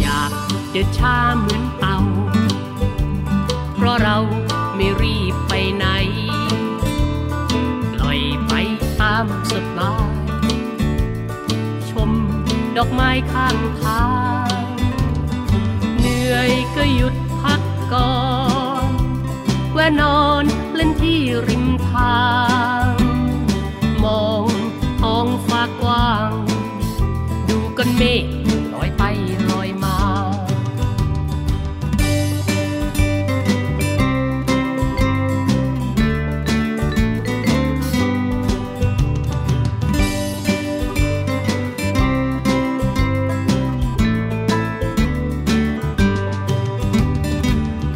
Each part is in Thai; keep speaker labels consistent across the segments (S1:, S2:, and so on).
S1: อยากจะช้าเหมือนเต่า เพราะเราไม่รีบไปไหน ปล่อยไปตามสบาย ชมดอกไม้ข้างทาง เหนื่อยก็หยุดพักก่อนแวะนอนเล่นที่ริมทาง มองท้องฟ้ากว้าง ดูก้อนเมฆลอยไปลอยมา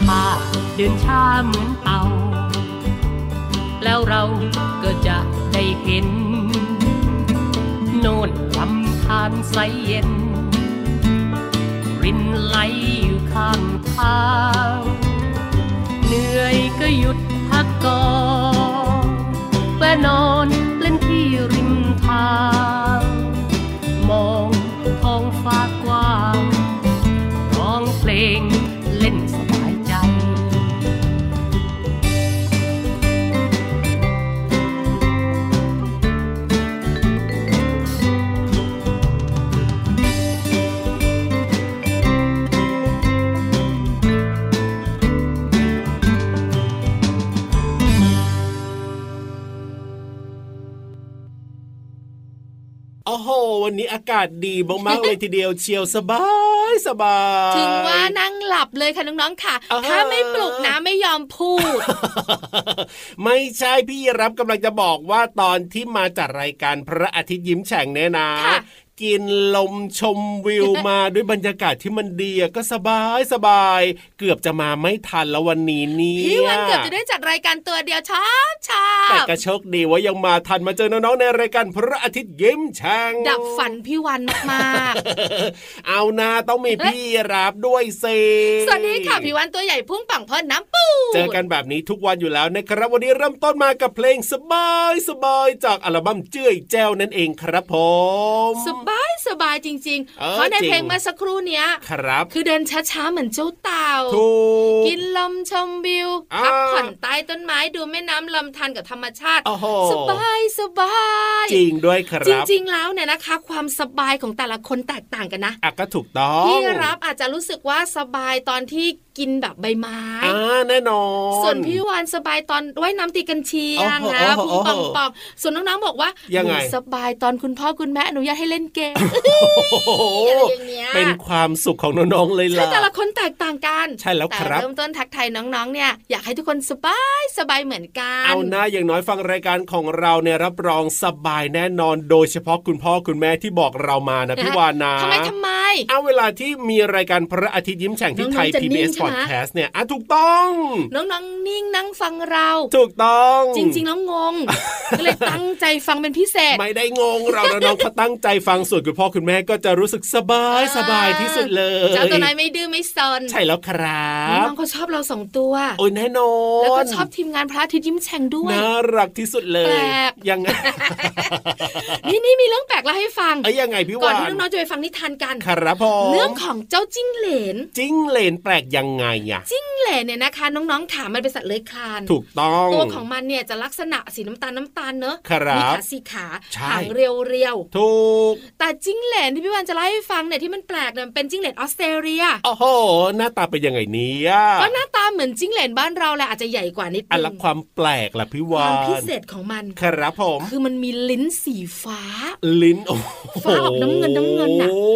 S1: ถ้าเดินช้าเหมือนเต่า แล้วเราก็จะได้เห็น โน่นลำธารใสเย็น รินไหลอยู่ข้างทาง เหนื่อยก็หยุดพักก่อนแวะนอนเล่นที่ริมทาง มองท้องฟ้ากว้าง ร้องเพลงเล่นสบายใจ
S2: โอ้โห วันนี้อากาศดีมากๆเลยทีเดียวเชียวสบายสบาย
S3: ถึงว่านั่งหลับเลยค่ะน้องๆค่ะ
S2: อ่าฮะ
S3: ถ้าไม่ปลุกนะไม่ยอมพูด
S2: ไม่ใช่พี่รับกำลังจะบอกว่าตอนที่มาจัดรายการพระอาทิตย์ยิ้มแฉ่งเนี่ยนะ
S3: ค่ะ
S2: กินลมชมวิวมา ด้วยบรรยากาศที่มันดีอะก็สบายสบายเกือบจะมาไม่ทันแล้ววันนี้เนี่ย
S3: พี่วันเกือบจะได้จัดรายการตัวเดียวชอบชอ
S2: แต่
S3: บ
S2: ก็โชคดีว่ายังมาทันมาเจอน้องๆในรายการพระอาทิตย์ยิ้มแฉ่ง
S3: ดับฝันพี่วันมาก
S2: เอานาต้องมีพี่รับด้วยเซ
S3: ๆ สวัสดีค่ะพี่วันตัวใหญ่พุ่งปังพอน้ำปู
S2: เจอกันแบบนี้ทุกวันอยู่แล้วนะครับ วันนี้เริ่มต้นมากับเพลงสบายสบายจากอัลบั้มเจ้ยแจ้วนั่นเองครับผม
S3: สบายสบายจริง
S2: เอ
S3: ๆ
S2: อ
S3: เพราะใน
S2: จริง
S3: เพลงเมื่อสักครู่เนี้ย
S2: ครับ
S3: คือเดินช้าๆเหมือนเจ้าเต่า
S2: ถูก
S3: กินลมชมวิว
S2: อ่า
S3: พักผ่อนใต้ต้นไม้ดูแม่น้ำลำธารกับธรรมชาติ
S2: โอ้โห
S3: สบายสบาย
S2: จริงด้วยค
S3: จ
S2: รับ
S3: ริงๆแล้วเนี่ยนะคะ ความสบายของแต่ละคนแตกต่างกันนะ
S2: อ่ะก็ถูกต้อง
S3: พี่รับอาจจะรู้สึกว่าสบายตอนที่กินแบบใบไม้
S2: อ่าแน่นอน
S3: ส่วนพี่วานสบายตอนว่ายน้ำตีกันเชียง
S2: โอ้โห
S3: นะ
S2: โอ้
S3: พุง
S2: โห
S3: ปองปองส่วนน้องๆบอกว่า
S2: ยั
S3: ยัง
S2: ไง
S3: สบายตอนคุณพ่อคุณแม่อนุญาตให้เล่นเกม
S2: โอ้โห
S3: อะไรอย่างเงี้ย
S2: เป็นความสุขของน้องๆเลย
S3: ใช่
S2: ล่ะ
S3: แต่ละคนแตกต่างกัน
S2: ใช่แล้ว
S3: ต่
S2: ครับ
S3: เริ่มต้นทักไทายน้องๆ เนี่ยอยากให้ทุกคนสบายสบายเหมือนกัน
S2: เอาหน้าอย่างน้อยฟังรายการของเราเนี่ยรับรองสบายแน่นอน โดยเฉพาะคุณพ่อคุณแม่ที่บอกเรามานะพี่วานนะ
S3: ทำไมทำไม
S2: เอาเวลาที่มีรายการพระอาทิตย์ยิ้มแฉ่งที่
S3: น้องๆ
S2: ไทย
S3: จะนิ่งใช่
S2: PBS
S3: ไหม
S2: Podcast เนี่ยอ่ะถูกต้อง
S3: น้องๆ นิ่งนั่งฟังเรา
S2: ถูกต้อง
S3: จริงๆ แล้วง ง ก็เลยตั้งใจฟังเป็นพิเศษ
S2: ไม่ได้งงเรานะน้องเขาตั้งใจฟังส่วนคุณพ่อคุณแม่ก็จะรู้สึกสบาย
S3: อ่า
S2: สบายที่สุดเลย
S3: เจ้าตัวนายไม่ดื้อไม่ซน
S2: ใช่แล้วครับ
S3: น้องๆเขาชอบเราสองตัว
S2: โอ้ยแน่นอน
S3: แล้วก็ชอบทีมงานพระอาทิตย์ยิ้มแฉ่งด้วย
S2: น่ารักที่สุดเล
S3: แปล
S2: ย
S3: ก
S2: ยังไง
S3: นี่นี่มีเรื่องแปลกเล่าให้ฟัง
S2: เอ้ยยังไงพี่
S3: ก่อน
S2: วา
S3: ที่
S2: น
S3: น้องๆจะไปฟังนิทานกัน
S2: ครับผม
S3: เรื่องของเจ้าจิ้งเหลน
S2: จิ้งเหลนแปลกยังไงอะ
S3: จิ้งเหลนเนี่ยนะคะ น้องๆขามันเป็นสัตว์เลื้อยคลาน
S2: ถูกต้อง
S3: ตัวของมันเนี่ยจะลักษณะสีน้ำตาลน้ำตาลเนอะ
S2: ครับ
S3: มีขาสี่ขา
S2: ใช่
S3: หางเรียว
S2: ถูก
S3: ๆแต่จิ้งเหลนที่พี่วันจะเล่าให้ฟังเนี่ยที่มันแปลกเนี่ยมันเป็นจิ้งเหลนออสเตรเลีย
S2: โอ้โห หน้าตาเป็นยังไงเนี่ย
S3: ก็หน้าตาเหมือนจิ้งเหลนบ้านเราแหละอาจจะใหญ่กว่านิด
S2: อัน
S3: นึ
S2: ละ
S3: ง
S2: ความแปลกล่ะ
S3: ค
S2: พี่าว
S3: วาม
S2: น
S3: พิเศษของมัน
S2: ครับผม
S3: คือมันมีลิ้นสีฟ้า
S2: ลิ้นโอ้โห
S3: ฟ้าออกน้ำเงินน้ำเงินน่ะ
S2: โอ้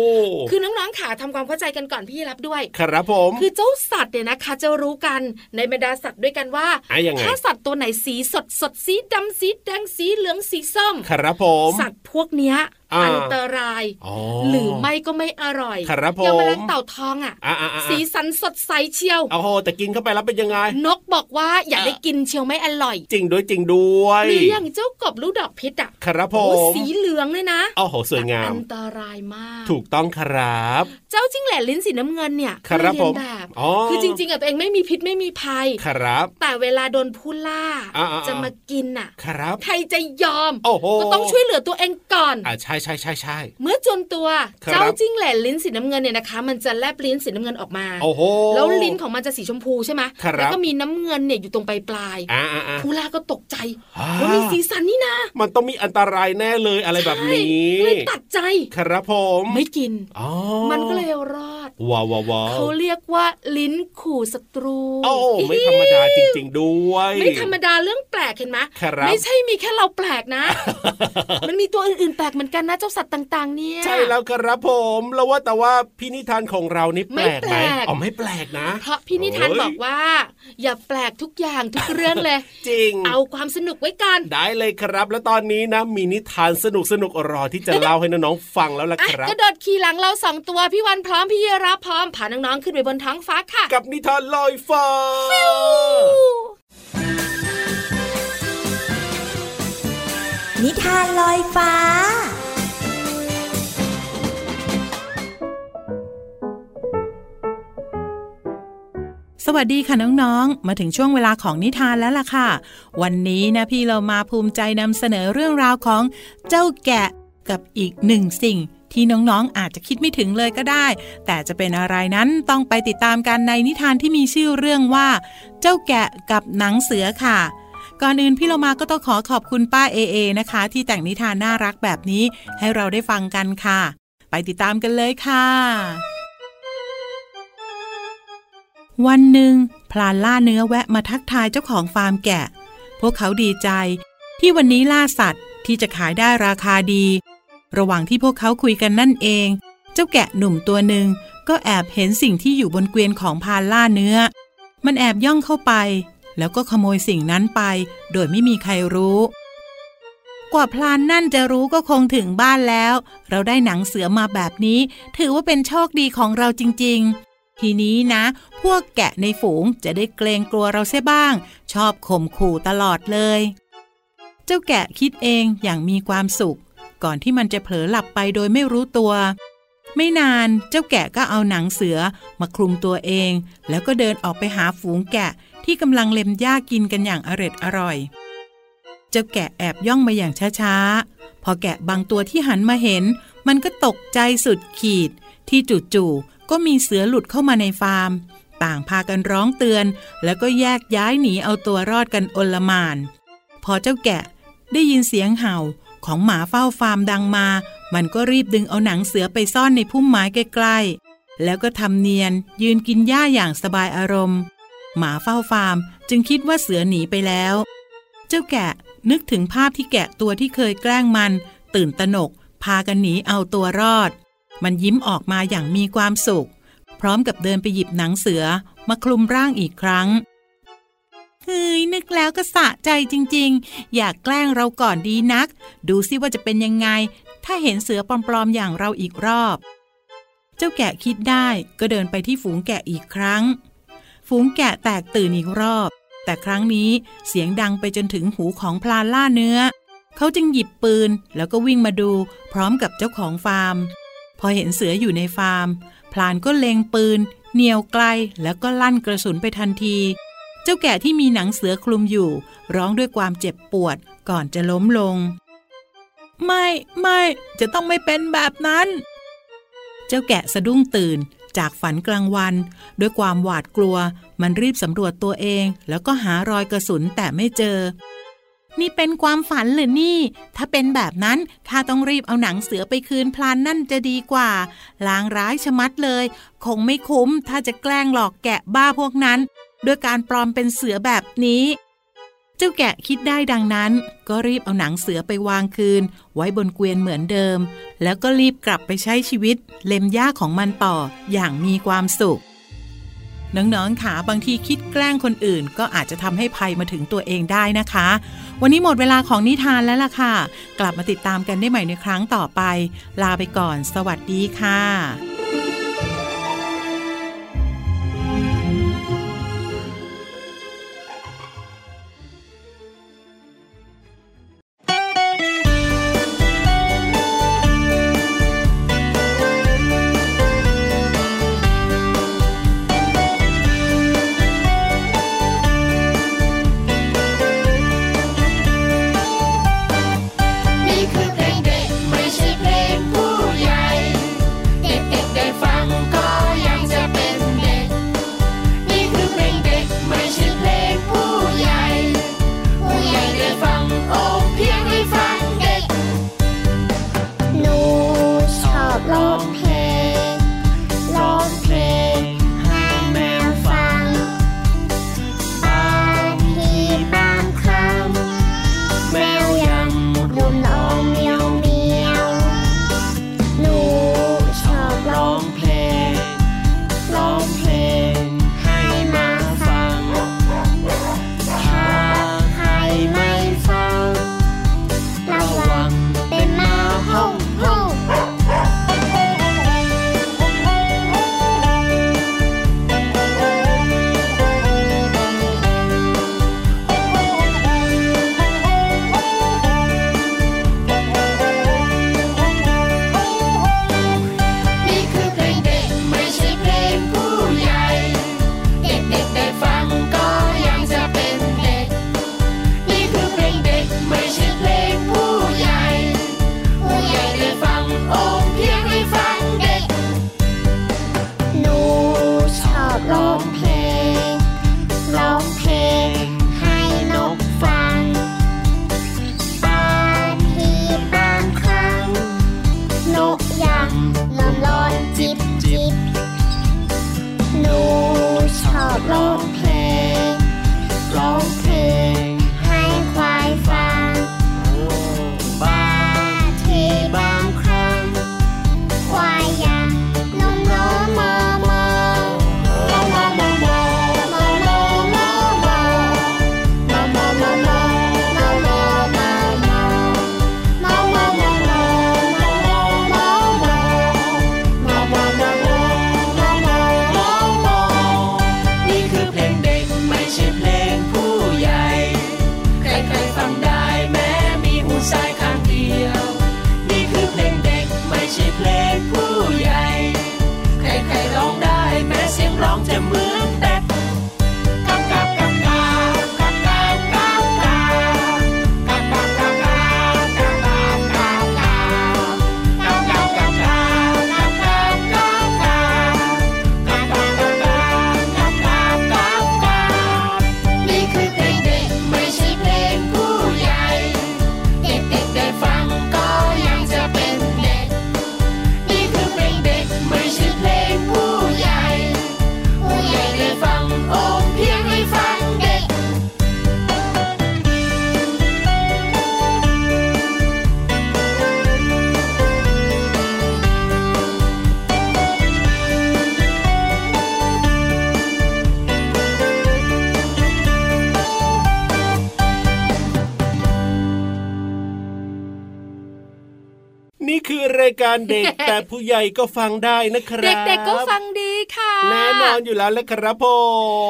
S3: คือน้องๆขาทำความเข้าใจกันก่อนพี่รับด้วย
S2: ครับผม
S3: คือเจ้าสัตว์เนี่ยนะคะ จะรู้กันในบรรดาสัตว์ด้วยกันว่า
S2: อ่ะยังไง
S3: ถ้าสัตว์ตัวไหนสีสดสดสีดำสีแดงสีเหลืองสีส้ม
S2: ครับผม
S3: สัตว์พวกเนี้ย
S2: อ่า
S3: อันตราย
S2: อ๋อ
S3: หรือไม่ก็ไม่อร่อย
S2: ครับผม
S3: อยางแมลงเต่าทองอ่ะ
S2: อ่ะอ่ะอ่ะ
S3: สีสันสดใสเชียว
S2: โอ้โหแต่กินเข้าไปแล้วเป็นยังไง
S3: นกบอกว่าอย่า
S2: เออ
S3: ได้กินเชียวไม่อร่อย
S2: จริงด้วยจริงด้วย
S3: หรืออย่างเจ้ากบลูกดอกพิษอ่ะ
S2: ครับผ
S3: โอ้
S2: ม
S3: สีเหลืองเลยนะ
S2: โอ้โหสวยงาม
S3: อันตรายมาก
S2: ถูกต้องครับ
S3: เจ้าจิ้งเหลนลิ้นสีน้ำเงินเนี่ย
S2: ครับ
S3: ไม่เลียน
S2: ผม
S3: แบบ
S2: อ๋อ
S3: คือจริงๆอ่ะตัวเองไม่มีพิษไม่มีภัย
S2: ครับ
S3: แต่เวลาโดนผู้ล่า
S2: อ่าๆๆ
S3: จะมากินอ่ะ
S2: ครับ
S3: ใครจะยอม
S2: โอ้โห
S3: ก็ต้องช่วยเหลือตัวเองก่อน
S2: อ่าใช่ใช่ใช่ใช่
S3: เมื่อจนตัว
S2: ครับ
S3: เจ้าจิ้งเหลนลิ้นสีน้ำเงินเนี่ยนะคะ มันจะแลบลิ้นสีน้ำเงินออกมา
S2: โอ้โห
S3: แล้วลิ้นของมันจะสีชมพูใช่ไหม
S2: ครับ
S3: แล้วก็มีน้ำเงินเนี่ยอยู่ตรงปลายปลายๆ
S2: อ่าอ่าอ่า
S3: ผู้ล่าก็ตกใจ
S2: อ่า
S3: ว่ามีสีสันนี่นะ
S2: มันต้องมีอันตรายแน่เลยอะไรแบบนี้
S3: ใช่เลยตัดใจ
S2: ครับผม
S3: ไม่กิน
S2: อ๋อ
S3: มันก็เลยรอด
S2: ว้าวว้าวว้าว
S3: เขาเรียกว่าลิ้นขู่ศัตรู
S2: โอ้โหไม่ธรรมดาจริง ๆ ด้วย
S3: ไม่ธรรมดาเรื่องแปลกเห็นไหม
S2: ครับ
S3: ไม่ใช่มีแค่เราแปลกนะ มันมีตัวอื่นๆแปลกเหมือนกันนะเจ้าสัตว์ต่างๆ เนี่ย
S2: ใช่แล้วครับผมแล้วว่าแต่ว่าพินิธานของเรานี่แปลก
S3: ไม่แป
S2: ไหม
S3: ลก
S2: อ๋อไม่แปลกนะ
S3: เพราะพี่นิทาน
S2: เฮ้ย
S3: บอกว่า อย่าแปลกทุกอย่างทุกเรื่องเลย
S2: จริง
S3: เอาความสนุกไว้ก่อน
S2: ได้เลยครับ แล้วตอนนี้นะ มีนิทานสนุกสนุกๆรอที่จะเล่าให้น้องๆฟังแล้วล่ะ
S3: อ่ะ
S2: ครับ
S3: ก็โดดขี่หลังเราสองตัวพี่วันพร้อมพี่เยรับพร้อมพาน้องๆขึ้นไปบนท้องฟ้าค่ะ
S2: กับนิทานลอยฟ้า
S4: นิทานลอยฟ้า
S5: สวัสดีค่ะน้องๆ มาถึงช่วงเวลาของนิทานแล้วล่ะค่ะ วันนี้นะพี่เรามาภูมิใจนำเสนอเรื่องราวของเจ้าแกะกับอีกหนึ่งสิ่ง ที่น้องๆ อาจจะคิดไม่ถึงเลยก็ได้ แต่จะเป็นอะไรนั้นต้องไปติดตามกันในนิทานที่มีชื่อเรื่องว่า เจ้าแกะกับหนังเสือค่ะ ก่อนอื่นพี่เรามาก็ต้องขอขอบคุณป้าเอเอนะคะ ที่แต่งนิทานน่ารักแบบนี้ให้เราได้ฟังกันค่ะ ไปติดตามกันเลยค่ะ วันหนึ่งพลานล่าเนื้อแวะมาทักทายเจ้าของฟาร์มแกะ พวกเขาดีใจ ที่วันนี้ล่าสัตว์ที่จะขายได้ราคาดี ระหว่างที่พวกเขาคุยกันนั่นเอง เจ้าแกะหนุ่มตัวหนึ่งก็แอบเห็นสิ่งที่อยู่บนเกวียนของพลานล่าเนื้อ มันแอบย่องเข้าไป แล้วก็ขโมยสิ่งนั้นไป โดยไม่มีใครรู้ กว่าพลานนั่นจะรู้ก็คงถึงบ้านแล้ว เราได้หนังเสือมาแบบนี้ ถือว่าเป็นโชคดีของเราจริง ๆ ทีนี้นะ พวกแกะในฝูงจะได้เกรงกลัวเราเสียบ้าง ชอบข่มขู่ตลอดเลย เจ้าแกะคิดเองอย่างมีความสุข ก่อนที่มันจะเผลอหลับไปโดยไม่รู้ตัว ไม่นานเจ้าแกะก็เอาหนังเสือมาคลุมตัวเอง แล้วก็เดินออกไปหาฝูงแกะที่กำลังเล็มหญ้ากินกันอย่างอร็ดอร่อย เจ้าแกะแอบย่องมาอย่างช้าๆ พอแกะบางตัวที่หันมาเห็น มันก็ตกใจสุดขีด ที่จู่ๆก็มีเสือหลุดเข้ามาในฟาร์ม ต่างพากันร้องเตือน แล้วก็แยกย้ายหนีเอาตัวรอดกันโอลหมาน พอเจ้าแกะได้ยินเสียงเห่าของหมาเฝ้าฟาร์มดังมา มันก็รีบดึงเอาหนังเสือไปซ่อนในพุ่มไม้ใกล้ๆ แล้วก็ทำเนียนยืนกินหญ้าอย่างสบายอารมณ์ หมาเฝ้าฟาร์มจึงคิดว่าเสือหนีไปแล้ว เจ้าแกะนึกถึงภาพที่แกะตัวที่เคยแกล้งมัน ตื่นตระหนก พากันหนีเอาตัวรอด มันยิ้มออกมาอย่างมีความสุข พร้อมกับเดินไปหยิบหนังเสือมาคลุมร่างอีกครั้งเฮ้ยนึกแล้วก็สะใจจริงๆ อยากแกล้งเราก่อนดีนัก ดูสิว่าจะเป็นยังไง ถ้าเห็นเสือปลอมๆอย่างเราอีกรอบ เจ้าแกะคิดได้ก็เดินไปที่ฝูงแกะอีกครั้ง ฝูงแกะแตกตื่นอีกรอบ แต่ครั้งนี้เสียงดังไปจนถึงหูของพลานล่าเนื้อ เขาจึงหยิบปืนแล้วก็วิ่งมาดูพร้อมกับเจ้าของฟาร์ม พอเห็นเสืออยู่ในฟาร์ม พลานก็เล็งปืนเหนียวไกลแล้วก็ลั่นกระสุนไปทันที เจ้าแกะที่มีหนังเสือคลุมอยู่ ร้องด้วยความเจ็บปวดก่อนจะล้มลง ไม่ไม่จะต้องไม่เป็นแบบนั้น เจ้าแกะสะดุ้งตื่นจากฝันกลางวัน ด้วยความหวาดกลัว มันรีบสำรวจตัวเอง แล้วก็หารอยกระสุนแต่ไม่เจอ นี่เป็นความฝันหรือนี่ ถ้าเป็นแบบนั้นข้าต้องรีบเอาหนังเสือไปคืนพลานนั่นจะดีกว่า ลางร้ายชะมัดเลย คงไม่คุ้มถ้าจะแกล้งหลอกแกะบ้าพวกนั้น ด้วยการปลอมเป็นเสือแบบนี้ เจ้าแกะคิดได้ดังนั้น ก็รีบเอาหนังเสือไปวางคืน ไว้บนเกวียนเหมือนเดิม แล้วก็รีบกลับไปใช้ชีวิต เล็มหญ้าของมันต่ออย่างมีความสุข น้องๆค่ะบางทีคิดแกล้งคนอื่น ก็อาจจะทำให้ภัยมาถึงตัวเองได้นะคะ วันนี้หมดเวลาของนิทานแล้วล่ะค่ะ กลับมาติดตามกันได้ใหม่ในครั้งต่อไป ลาไปก่อน สวัสดีค่ะ
S6: นี่คือเพลงเด็กไม่ใช่เพลงผู้ใหญ่ เด็กๆได้ฟังก็ยังจะเป็นเด็ก นี่คือเพลงเด็กไม่ใช่เพลงผู้ใหญ่ ผู้ใหญ่ได้ฟังโอ้เพียงได้ฟังเด็ก หนูชอบร้องเพลง ร้องเพลงให้แมวฟัง บางทีบางครั้ง แมวยังดมน้องเมียวเมียว หนูชอบร้องเพลง ร้องเพลงให้มาฟัง ถ้าใครไม่ฟัง ระวังเป็นหมาห้องห้อง นี่คือเพลงเด็กไม่ใช่เพลงผู้ใหญ่ เด็กๆได้ฟังก็ยังจะเป็นเด็ก นี่คือเพลงเด็กไม่ใช่เพลงผู้ใหญ่ ผู้ใหญ่ได้ฟังโอ้เพียงได้ฟังเด็ก หนูชอบร้องเพลง ร้องเพลงให้นกฟัง บางทีบางครั้ง นกยังลมร้อนจิบจิบหนูชอบร้องเพลง ร้องเพลงให้ควายฟังบางทีบางครั้ง ควายยังลมร้อนมามามามามามามามามามามามามามามามาม นี่คือเพลงเด็กไม่ใช่เพลงผู้ใหญ่ ใครๆฟังได้แม้มีหูซ้ายข้างเดียว นี่คือเพลงเด็กไม่ใช่เพลงผู้ใหญ่ ใครๆร้องได้แม้เสียงร้องจะเหมือนแต่ กับกับกับกับกับกับกับกับกับกับกับกับกับกับกับกับกับกับกับกับกับนี่คือเพลงเด็กไม่ใช่เพลงผู้ใหญ่ เด็กๆได้ฟังก็ยังจะเป็นเด็ก นี่คือเพลงเด็กไม่ใช่เพลงผู้ใหญ่ ผู้ใหญ่ได้ฟังโอ้เพียงได้ฟังเด็ก
S2: นี่คือรายการเด็ ก แต่ผู้ใหญ่ก็ฟังได้นะครับ
S3: เด็กๆก็ฟังดีค่ะ
S2: แน่นอนอยู่แล้วแหละครับผ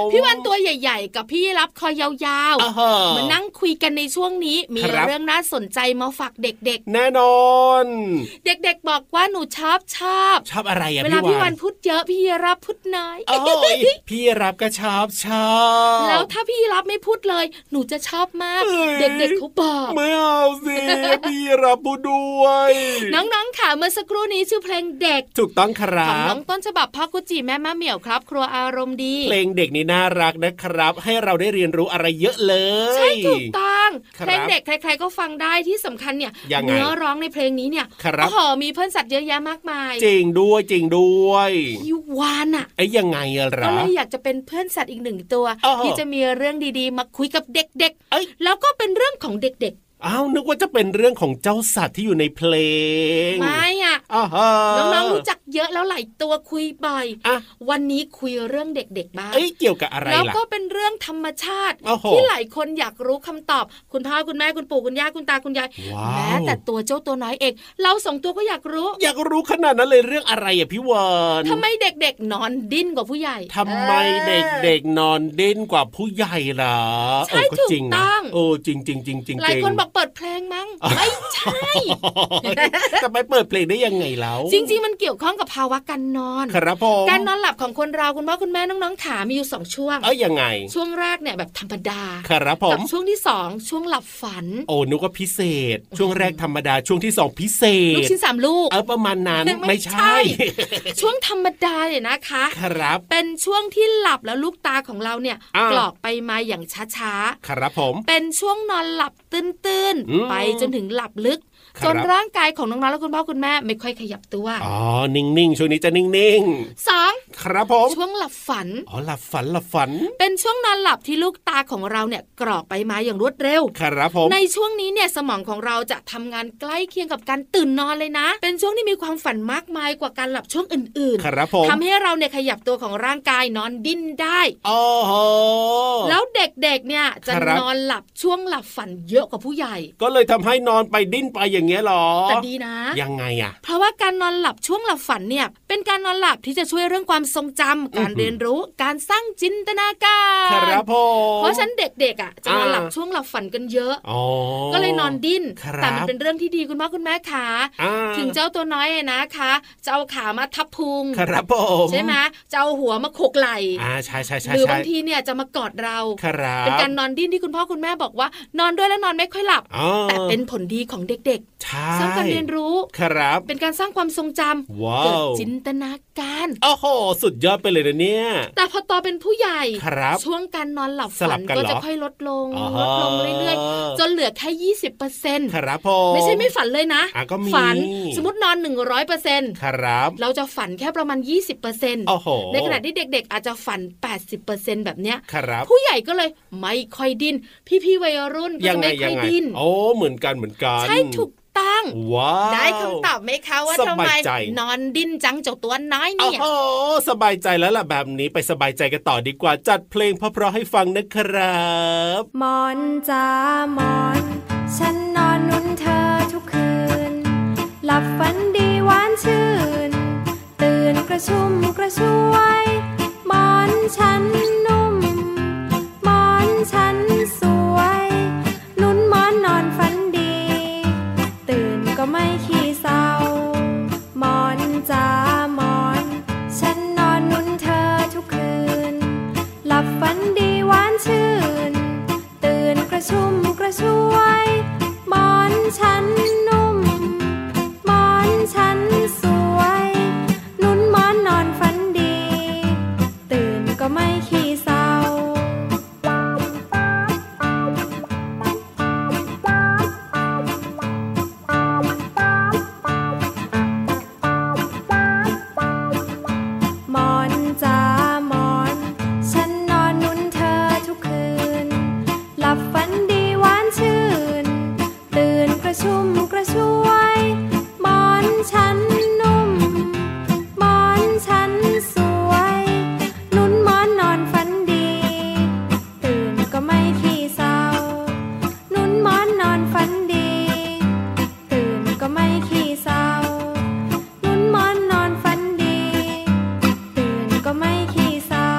S2: ม
S3: พี่วันตัวใหญ่ ๆ กับพี่รับคอยยาว
S2: อ่าฮะ
S3: ๆมานั่งคุยกันในช่วงนี้มี
S2: ครับ
S3: เรื่องน่าสนใจมาฝากเด็ก
S2: แน่นอน
S3: ๆ เด็ก ๆ บอกว่าหนูชอบชอบ
S2: ชอบอะไรอะ
S3: เวลาพี่
S2: พี่
S3: วันพูดเยอะพี่รับพูดน้อย
S2: โอ้ ยพี่รับก็ชอบชอบ
S3: แล้วถ้าพี่รับไม่พูดเลย หนูจะชอบมาก
S2: อ้ย
S3: เด็กๆเขาบอก
S2: ไม่เอาสิ พี่รับพูดด้วย
S3: น้องๆค่ะเมื่อสักครู่นี้ชื่อเพลงเด็ก
S2: ถูกต้องค
S3: ข
S2: รั
S3: องน้
S2: บ
S3: องต้นฉบับพ่อกุจิแม่มะเหมี่ยวครับ ครัวอารมณ์ดี
S2: เพลงเด็กนี่น่ารักนะครับ ให้เราได้เรียนรู้อะไรเยอะเลย
S3: ใช่ถูกต้อง
S2: ครับ
S3: เพลงเด็กใคร ๆ ก็ฟังได้ที่สำคัญเนี่ย
S2: ยังไง
S3: เนื้อร้องในเพลงนี้เนี่ย
S2: ครับ
S3: โอ้โหมีเพื่อนสัตว์เยอะแยะมากมาย
S2: จริงด้วยจริงด้วย
S3: ยูวานอ่ะ
S2: ไอ้ยังไงอะเหร
S3: ก็
S2: อ
S3: เลยอยากจะเป็นเพื่อนสัตว์อีกหนึ่งตัว
S2: อ้าว
S3: ที่จะมีเรื่องดีๆ มาคุยกับเด็ก
S2: เอ้ย
S3: ๆ แล้วก็เป็นเรื่องของเด็ก
S2: อ้าวนึกว่าจะเป็นเรื่องของเจ้าสัตว์ที่อยู่ในเพลง
S3: ไม่อ่ะ
S2: อ้าวฮะ
S3: น้องๆรู้จักเยอะแล้วหลายตัวคุยบ่อย
S2: อ่ะ
S3: วันนี้คุยเรื่องเด็กๆบ้าง
S2: เอ้ยเกี่ยวกับอะไร
S3: แล้ว
S2: ล่ะ
S3: ก็เป็นเรื่องธรรมชาติ
S2: โอ้โห
S3: ที่หลายคนอยากรู้คำตอบ คุณพ่อคุณแม่คุณปู่คุณย่าคุณตาคุณยาย
S2: ว้าว
S3: แม้แต่ตัวเจ้าตัวน้อยเองเราสองตัวก็อยากรู้
S2: อยากรู้ขนาดนั้นเลยเรื่องอะไรอ่ะพี่วาน
S3: ทำไมเด็กๆ นอนดิ้นกว่าผู้ใหญ่
S2: ทำไมเด็กๆนอนเด่นกว่าผู้ใหญ่ล่ะ
S3: ใช่
S2: เออก็
S3: ถูก
S2: จริงนะ
S3: ต้อง
S2: โอ้จริงจริงจริงจริง
S3: หลายคนบอกเปิดเพลง มั้งไม่ใช่
S2: จะไปเปิดเพลงได้ยังไงแล้ว
S3: จริงๆ มันเกี่ยวข้องกับภาวะการนอน
S2: ครับผม
S3: การนอนหลับของคนเราคุณพ่อคุณแม่น้องๆขามีอยู่สองช่วง
S2: เอ้ยยังไง
S3: ช่วงแรกเนี่ยแบบธรรมดา
S2: ครับผ
S3: กั
S2: ม
S3: ช่วงที่สองช่วงหลับฝัน
S2: โอ้นึกว่าพิเศษ ช่วงแรกธรรมดา ช่วงที่สองพิเศ
S3: ลูก
S2: ษ
S3: ชิ้นสามลูก
S2: เออประมาณนั้น
S3: ไม่
S2: ไม่
S3: ใช่
S2: ใช่
S3: ช่วงธรรมดาเนี่ยนะคะ
S2: ครับ
S3: เป็นช่วงที่หลับแล้วลูกตาของเราเนี่ย
S2: อ่า
S3: กรอกไปมาอย่างช้า
S2: ครับผม
S3: ๆ เป็นช่วงนอนหลับตื้น
S2: อืม
S3: ๆ ไปจนถึงหลับลึก
S2: ครับ
S3: จนร่างกายของน้องๆและคุณพ่อคุณแม่ไม่ค่อยขยับตัว
S2: อ๋อ นิ่งๆ ช่วงนี้จะนิ่ง
S3: สอง
S2: ๆ ครับผม
S3: ช่วงหลับฝัน
S2: อ๋อหลับฝันหลับฝัน
S3: เป็นช่วงนอนหลับที่ลูกตาของเราเนี่ยกรอกไปมาอย่างรวดเร็ว
S2: ครับผม
S3: ในช่วงนี้เนี่ยสมองของเราจะทำงานใกล้เคียงกับการตื่นนอนเลยนะ เป็นช่วงที่มีความฝันมากมายกว่าการหลับช่วงอื่นๆ
S2: ครับผม
S3: ทำให้เราเนี่ยขยับตัวของร่างกายนอนดิ้นได้
S2: โอ้โห
S3: แล้วเด็กๆเนี่ยจะ
S2: ครับ
S3: นอนหลับช่วงหลับฝันเยอะกว่าผู้ใหญ่
S2: ก็เลยทำให้นอนไปดิ้นไปอย่างเงี้ยหรอ
S3: แต่ดีนะ
S2: ยังไงอ่ะ
S3: เพราะว่าการนอนหลับช่วงหลับฝันเนี่ยเป็นการนอนหลับที่จะช่วยเรื่องความทรงจำการเรียนรู้การสร้างจินตนาการ
S2: ครับผม
S3: เพราะฉะนั้นเด็กๆอ่ะจะนอน
S2: อ่า
S3: หลับช่วงหลับฝันกันเยอะ
S2: อ๋อ
S3: ก็เลยนอนดิ้น
S2: ครับ
S3: แต่มันเป็นเรื่องที่ดีคุณพ่อคุณแม่ขา
S2: อ่า
S3: ถึงเจ้าตัวน้อยอะนะคะจะเอาขามาทับพุง
S2: ครับผม
S3: ใช่ไหมจะเอาหัวมาโขกไหล่
S2: อ่าใช่ใช่ใช่
S3: หรือ
S2: ใช่
S3: บางทีเนี่ยจะมากอดเรา
S2: ครับ
S3: เป็นการนอนดิ้นที่คุณพ่อคุณแม่บอกว่า นอนด้วยแล้วนอนไม่ค่อยหลับ
S2: อ๋อ
S3: แต่เป็นผลดีของเด็ก
S2: ใช่
S3: ๆสร้างการเรียนรู้
S2: ครับ
S3: เป็นการสร้างความทรงจำ
S2: ว้า
S3: เกิด
S2: ว
S3: จินตนาการ
S2: โอ้โห สุดยอดไปเลยนะเนี่ย
S3: แต่พอโตเป็นผู้ใหญ่
S2: ครับ
S3: ช่วงการนอนหลับ
S2: สลั
S3: ฝั
S2: บ
S3: น
S2: กัน
S3: ก็
S2: เหรอ
S3: จะค่อยลดลง
S2: อ๋อ
S3: ลดลงเรื่อยๆ จนเหลือแค่ยี่สิบเปอร์เซ็นต์
S2: ครับผม
S3: ไม่ใช่ไม่ฝันเลยนะ
S2: อ่ะก็มี
S3: ฝันสมมตินอนหนึ่งร้อยเปอร์เซ็นต์
S2: ครับ
S3: เราจะฝันแค่ประมาณยี่สิบเปอร์เซ็นต์
S2: โอ้โห
S3: ในขณะที่เด็ก ๆ อาจจะฝันแปดสิบเปอร์เซ็นต์แบบเนี้ย
S2: ครับ
S3: ผู้ใหญ่ก็เลยไม่ค่อยดิน้น พี่ๆวัยรุ่นก็
S2: ยัง
S3: จะ
S2: ไง
S3: ไม่ค่
S2: ยั
S3: อง ย
S2: ไง
S3: ดิ้น
S2: โอ้เหมือนกันเหมือนกัน
S3: ใช่ถูกต้อง
S2: ว้าว
S3: ได้คำตอบไหมคะว่า
S2: ส
S3: ทำ
S2: บาย
S3: ไม
S2: ใจ
S3: นอนดิ้นจังเจ้าตัวน้อย
S2: โอ้
S3: เนี่ย
S2: โหสบายใจแล้วล่ะแบบนี้ไปสบายใจกันต่อดีกว่าจัดเพลงเพราะๆให้ฟังนะครับ
S4: หมอนจ้าหมอน ฉันนอนนุ่นเธอทุกคืน หลับฝันดีหวานชื่น ตื่นกระชุ่มกระชวย หมอนฉันนุ่ม หมอนฉันสวย นุ่นหมอนนอนฝันดี ตื่นก็ไม่ขี้เศร้า หมอนจ้าหมอน ฉันนอนนุ่นเธอทุกคืน หลับฝันดีหวานชื่น ตื่นกระชุ่มกระชวย หมอนฉันนุ่ม หมอนฉันสวย นุ่นหมอนนอนฝันดี ตื่นก็ไม่ขี้เศร้า หมอนจ้าหมอน ฉันนอนนุ่นเธอทุกคืน หลับฝันดีหวานชื่น ตื่นกระชุ่มกระชวย หมอนฉันนุ่ม หมอนฉันสวย นุ่นหมอนนอนฝันดี ตื่นก็ไม่ขี้เศร้า นุ่นหมอนนอนฝันดี ตื่นก็ไม่ขี้เศร้า นุ่นหมอนนอนฝันดี ตื่นก็ไม่ขี้เศร้า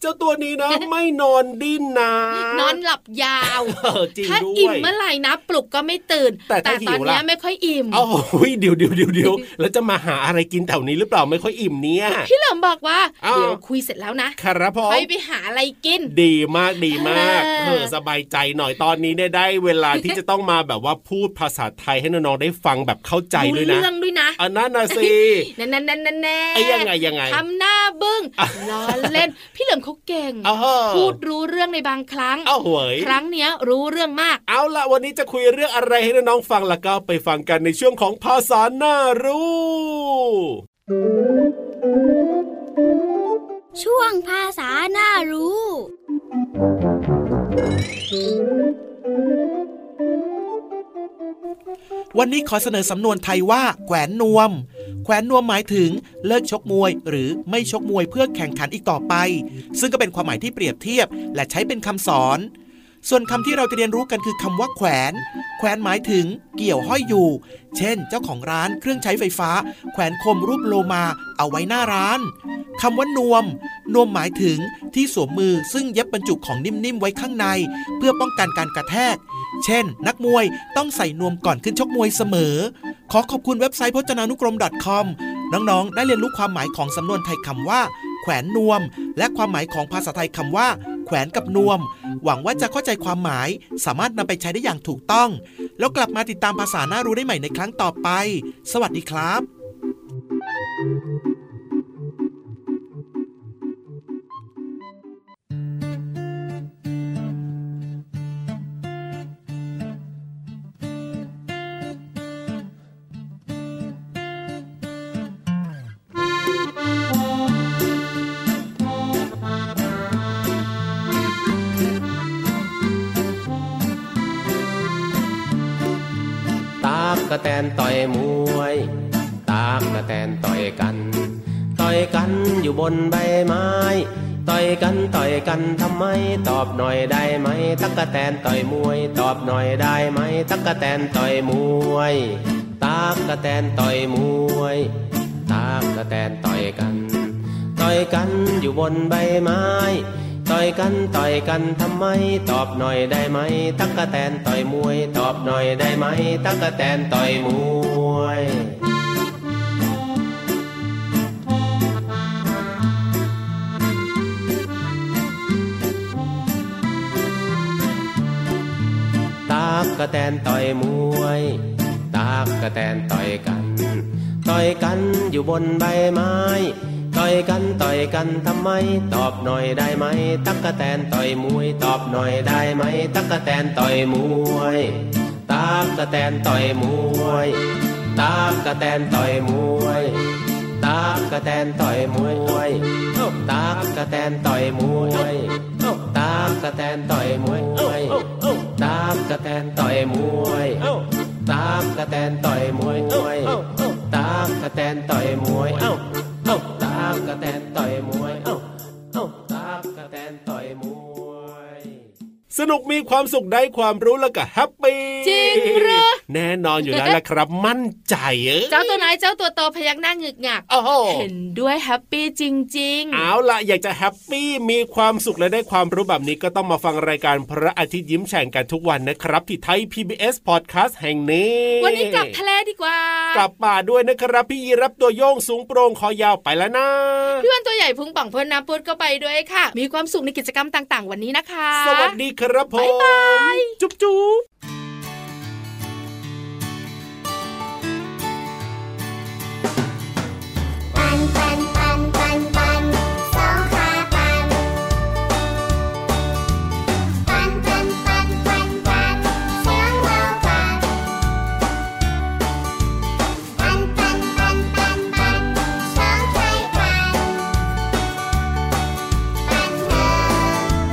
S2: เจ้าตัวนี้นะ ไม่นอนดิ้นนะ
S3: นอนหลับยาว
S2: เออจริง
S3: ถ้า
S2: ด้วย
S3: อิ่มเมื่อไหร่นะ ปลุกก็ไม่ตื่น
S2: แต่ถ้า
S3: ตอน
S2: หิวล่ะ
S3: เนี้ยไม่ค่อยอิ่ม
S2: เอ้าเฮ้ยเดี๋ยวเดี๋ยวเดี๋ยวเดี๋ยวแล้วจะมาหาอะไรกินแถวนี้หรือเปล่าไม่ค่อยอิ่มเนี่ย
S3: พี่เหลิมบอกว่า
S2: อ้าว
S3: เดี๋ยวคุยเสร็จแล้วนะครับ
S2: ผม
S3: ไปไปหาอะไรกิน
S2: ดีมากดีมาก
S3: เออ
S2: เออสบายใจหน่อยตอนนี้เนี่ยได้เวลาที่จะต้องมาแบบว่าพูดภาษาไทยให้น้องๆได้ฟังแบบเข้าใจ
S3: รู้
S2: ด้วยนะ
S3: เรื่องด้วยนะ
S2: อันนั้นนะสิ
S3: แน่นแน่นแน่นแน่
S2: ไอ้ยังไงยังไง
S3: ทำหน้าบึ้ง
S2: อ่ะ
S3: ล้อเล่น พี่เหลิมเขาเก่ง
S2: อ้าว
S3: พูดรู้เรื่องในบางครั้ง
S2: อ้าวเหวย
S3: ครั้งเนี้ยรู้เรื่องมาก
S2: เอาละวันนี้จะคุยเรื่องอะไรให้น้องๆฟังล่ะก็ไปฟังกันในช่วงของภาษาหน้ารู้
S7: ช่วงภาษาหน้ารู้
S8: วันนี้ขอเสนอสำนวนไทยว่า แขวนนวม แขวนนวมหมายถึงเลิกชกมวย หรือไม่ชกมวยเพื่อแข่งขันอีกต่อไป ซึ่งก็เป็นความหมายที่เปรียบเทียบ และใช้เป็นคำสอน ส่วนคำที่เราจะเรียนรู้กันคือคำว่าแขวน แขวนหมายถึงเกี่ยวห้อยอยู่ เช่น เจ้าของร้านเครื่องใช้ไฟฟ้า แขวนคมรูปโลมาเอาไว้หน้าร้านคำว่านวม นวมหมายถึงที่สวมมือซึ่งเย็บบรรจุของนิ่มๆไว้ข้างใน เพื่อป้องกันการกระแทก เช่น นักมวยต้องใส่นวมก่อนขึ้นชกมวยเสมอ ขอขอบคุณเว็บไซต์พจนานุกรม .com น้องๆ ได้เรียนรู้ความหมายของสำนวนไทยคำว่า แขวนนวม และความหมายของภาษาไทยคำว่า แขวนกับนวม หวังว่าจะเข้าใจความหมาย สามารถนำไปใช้ได้อย่างถูกต้อง แล้วกลับมาติดตามภาษาหน้ารู้ได้ใหม่ในครั้งต่อไป สวัสดีครับ
S9: ตากกระแตนต่อยมวย ตากกระแตนต่อยกัน ต่อยกันอยู่บนใบไม้ ต่อยกันต่อยกันทำไม ตอบหน่อยได้ไหม ตักกะแตนต่อยมวย ตอบหน่อยได้ไหม ตักกะแตนต่อยมวย ตากกะแตนต่อยมวย ตากกะแตนต่อยกัน ต่อยกันอยู่บนใบไม้ ต่อยกันต่อยกันทำไม ตอบหน่อยได้ไหม ตักกะแตนต่อยมวย ตอบหน่อยได้ไหม ตักกะแตนต่อยมวย ตากกะแตนต่อยมวย ตากกะแตนต่อยกัน ต่อยกันอยู่บนใบไม้ ต่อยกันต่อยกันทำไม ตอบหน่อยได้ไหม ตักกะแตนต่อยมวย ตอบหน่อยได้ไหม ตักกะแตนต่อยมวย ตากกะแตนต่อยมวย ตากกะแตนต่อยมวย ตากกะแตนต่อยมวยตากกะแตนต่อยมวยตากกะแตนต่อยมวยตากกะแตนต่อยมวยตากกะแตนต่อยมวยตากกะแตนต่อยมวยตากกะแตนต่อยมวยตากกะแตนต่อยมวย
S2: สนุกมีความสุขได้ความรู้แล้วก็แฮปปี้
S3: จริงเหรอ
S2: แน่นอนอยู่แล้วละครับ มั่นใจเอ้ย
S3: เจ้าตัวไหนเจ้าตัวโตพยักหน้าหงึกงัก
S2: โอ้โห
S3: เห็นด้วยแฮปปี้จริง
S2: เอาละอยากจะแฮปปี้มีความสุขและได้ความรู้แบบนี้ก็ต้องมาฟังรายการพระอาทิตย์ยิ้มแฉ่งกันทุกวันนะครับ ที่ไทย PBS Podcast แห่งนี้
S3: ๆ วันนี้กลับทะเลดีกว่าก
S2: ลับป่าด้วยนะครับ พี่ยีรับตัวโยงสูงโปร่งคอยาวไปแล้วนะ
S3: พี่วันตัวใหญ่พุงป่องพ่นน้ำพุดก็ไปด้วยค่ะ มีความสุขในกิจกรรมต่าง ๆ วันนี้นะคะ
S2: สวัสดีครับผม
S3: บ๊ายบาย
S2: จุ๊บจุ๊บ
S6: ปันปันปันปันปันสองขาปัน ปันปันปันปันปันเสียงเราปัน ปันปันปันปันปันสองใจปัน ปันเธ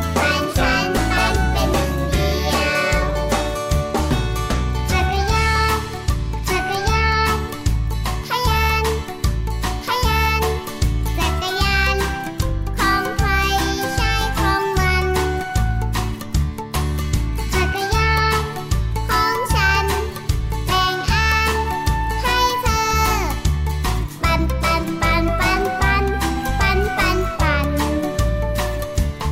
S6: อปันฉันปันเป็นหนึ่งเดียวจัก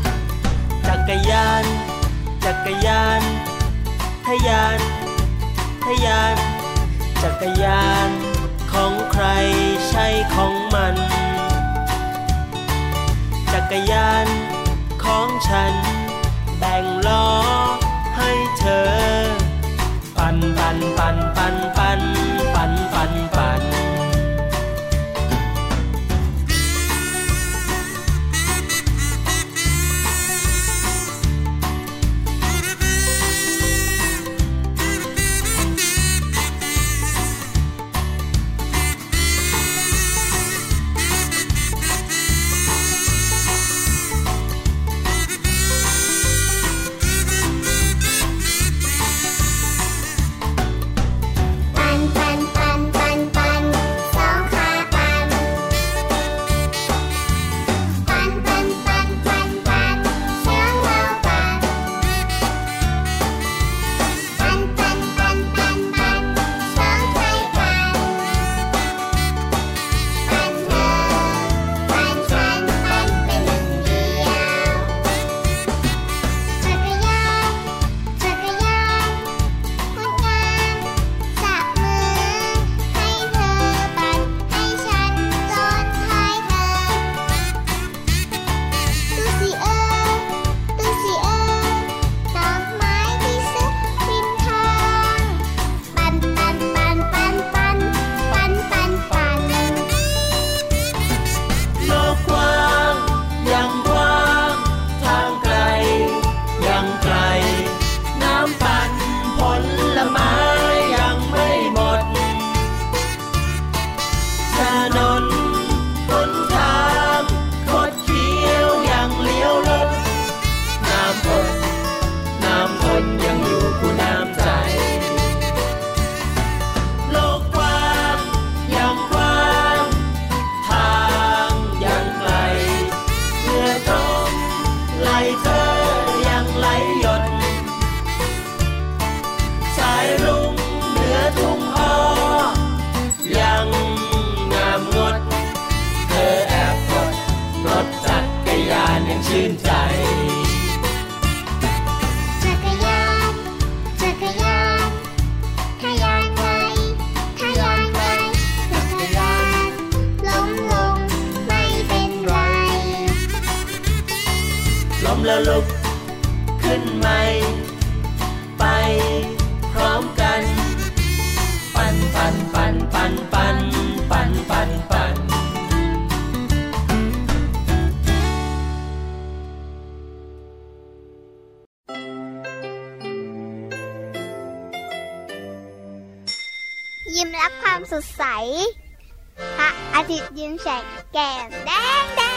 S6: รยานจักรยานขยัน ขยันจักรยานของใครใช้ของมัน จักรยานของฉันแบ่งอันให้เธอ ปันปันปันปันปันปันปันปัน
S10: จักรยาน จักรยาน ทะยาน ทะยาน จักรยาน ของใครใช่ของมัน จักรยาน ของฉัน แบ่งล้อให้เธอ ปันปันปันปันปันปันปันปัน
S6: ป
S10: ชื่นใจ
S6: จักรยาน จักรยานทะยานไปทะยานไปจักรยานล้มลงไม่เป็นไร
S10: ล้มแล้วลุกขึ้นใหม่ ไปพร้อมกัน ปันปันปันปันปันปันปันปัน
S7: ยิ้มรับความสดใส พระอาทิตย์ยิ้มแฉกแก้มแดงแด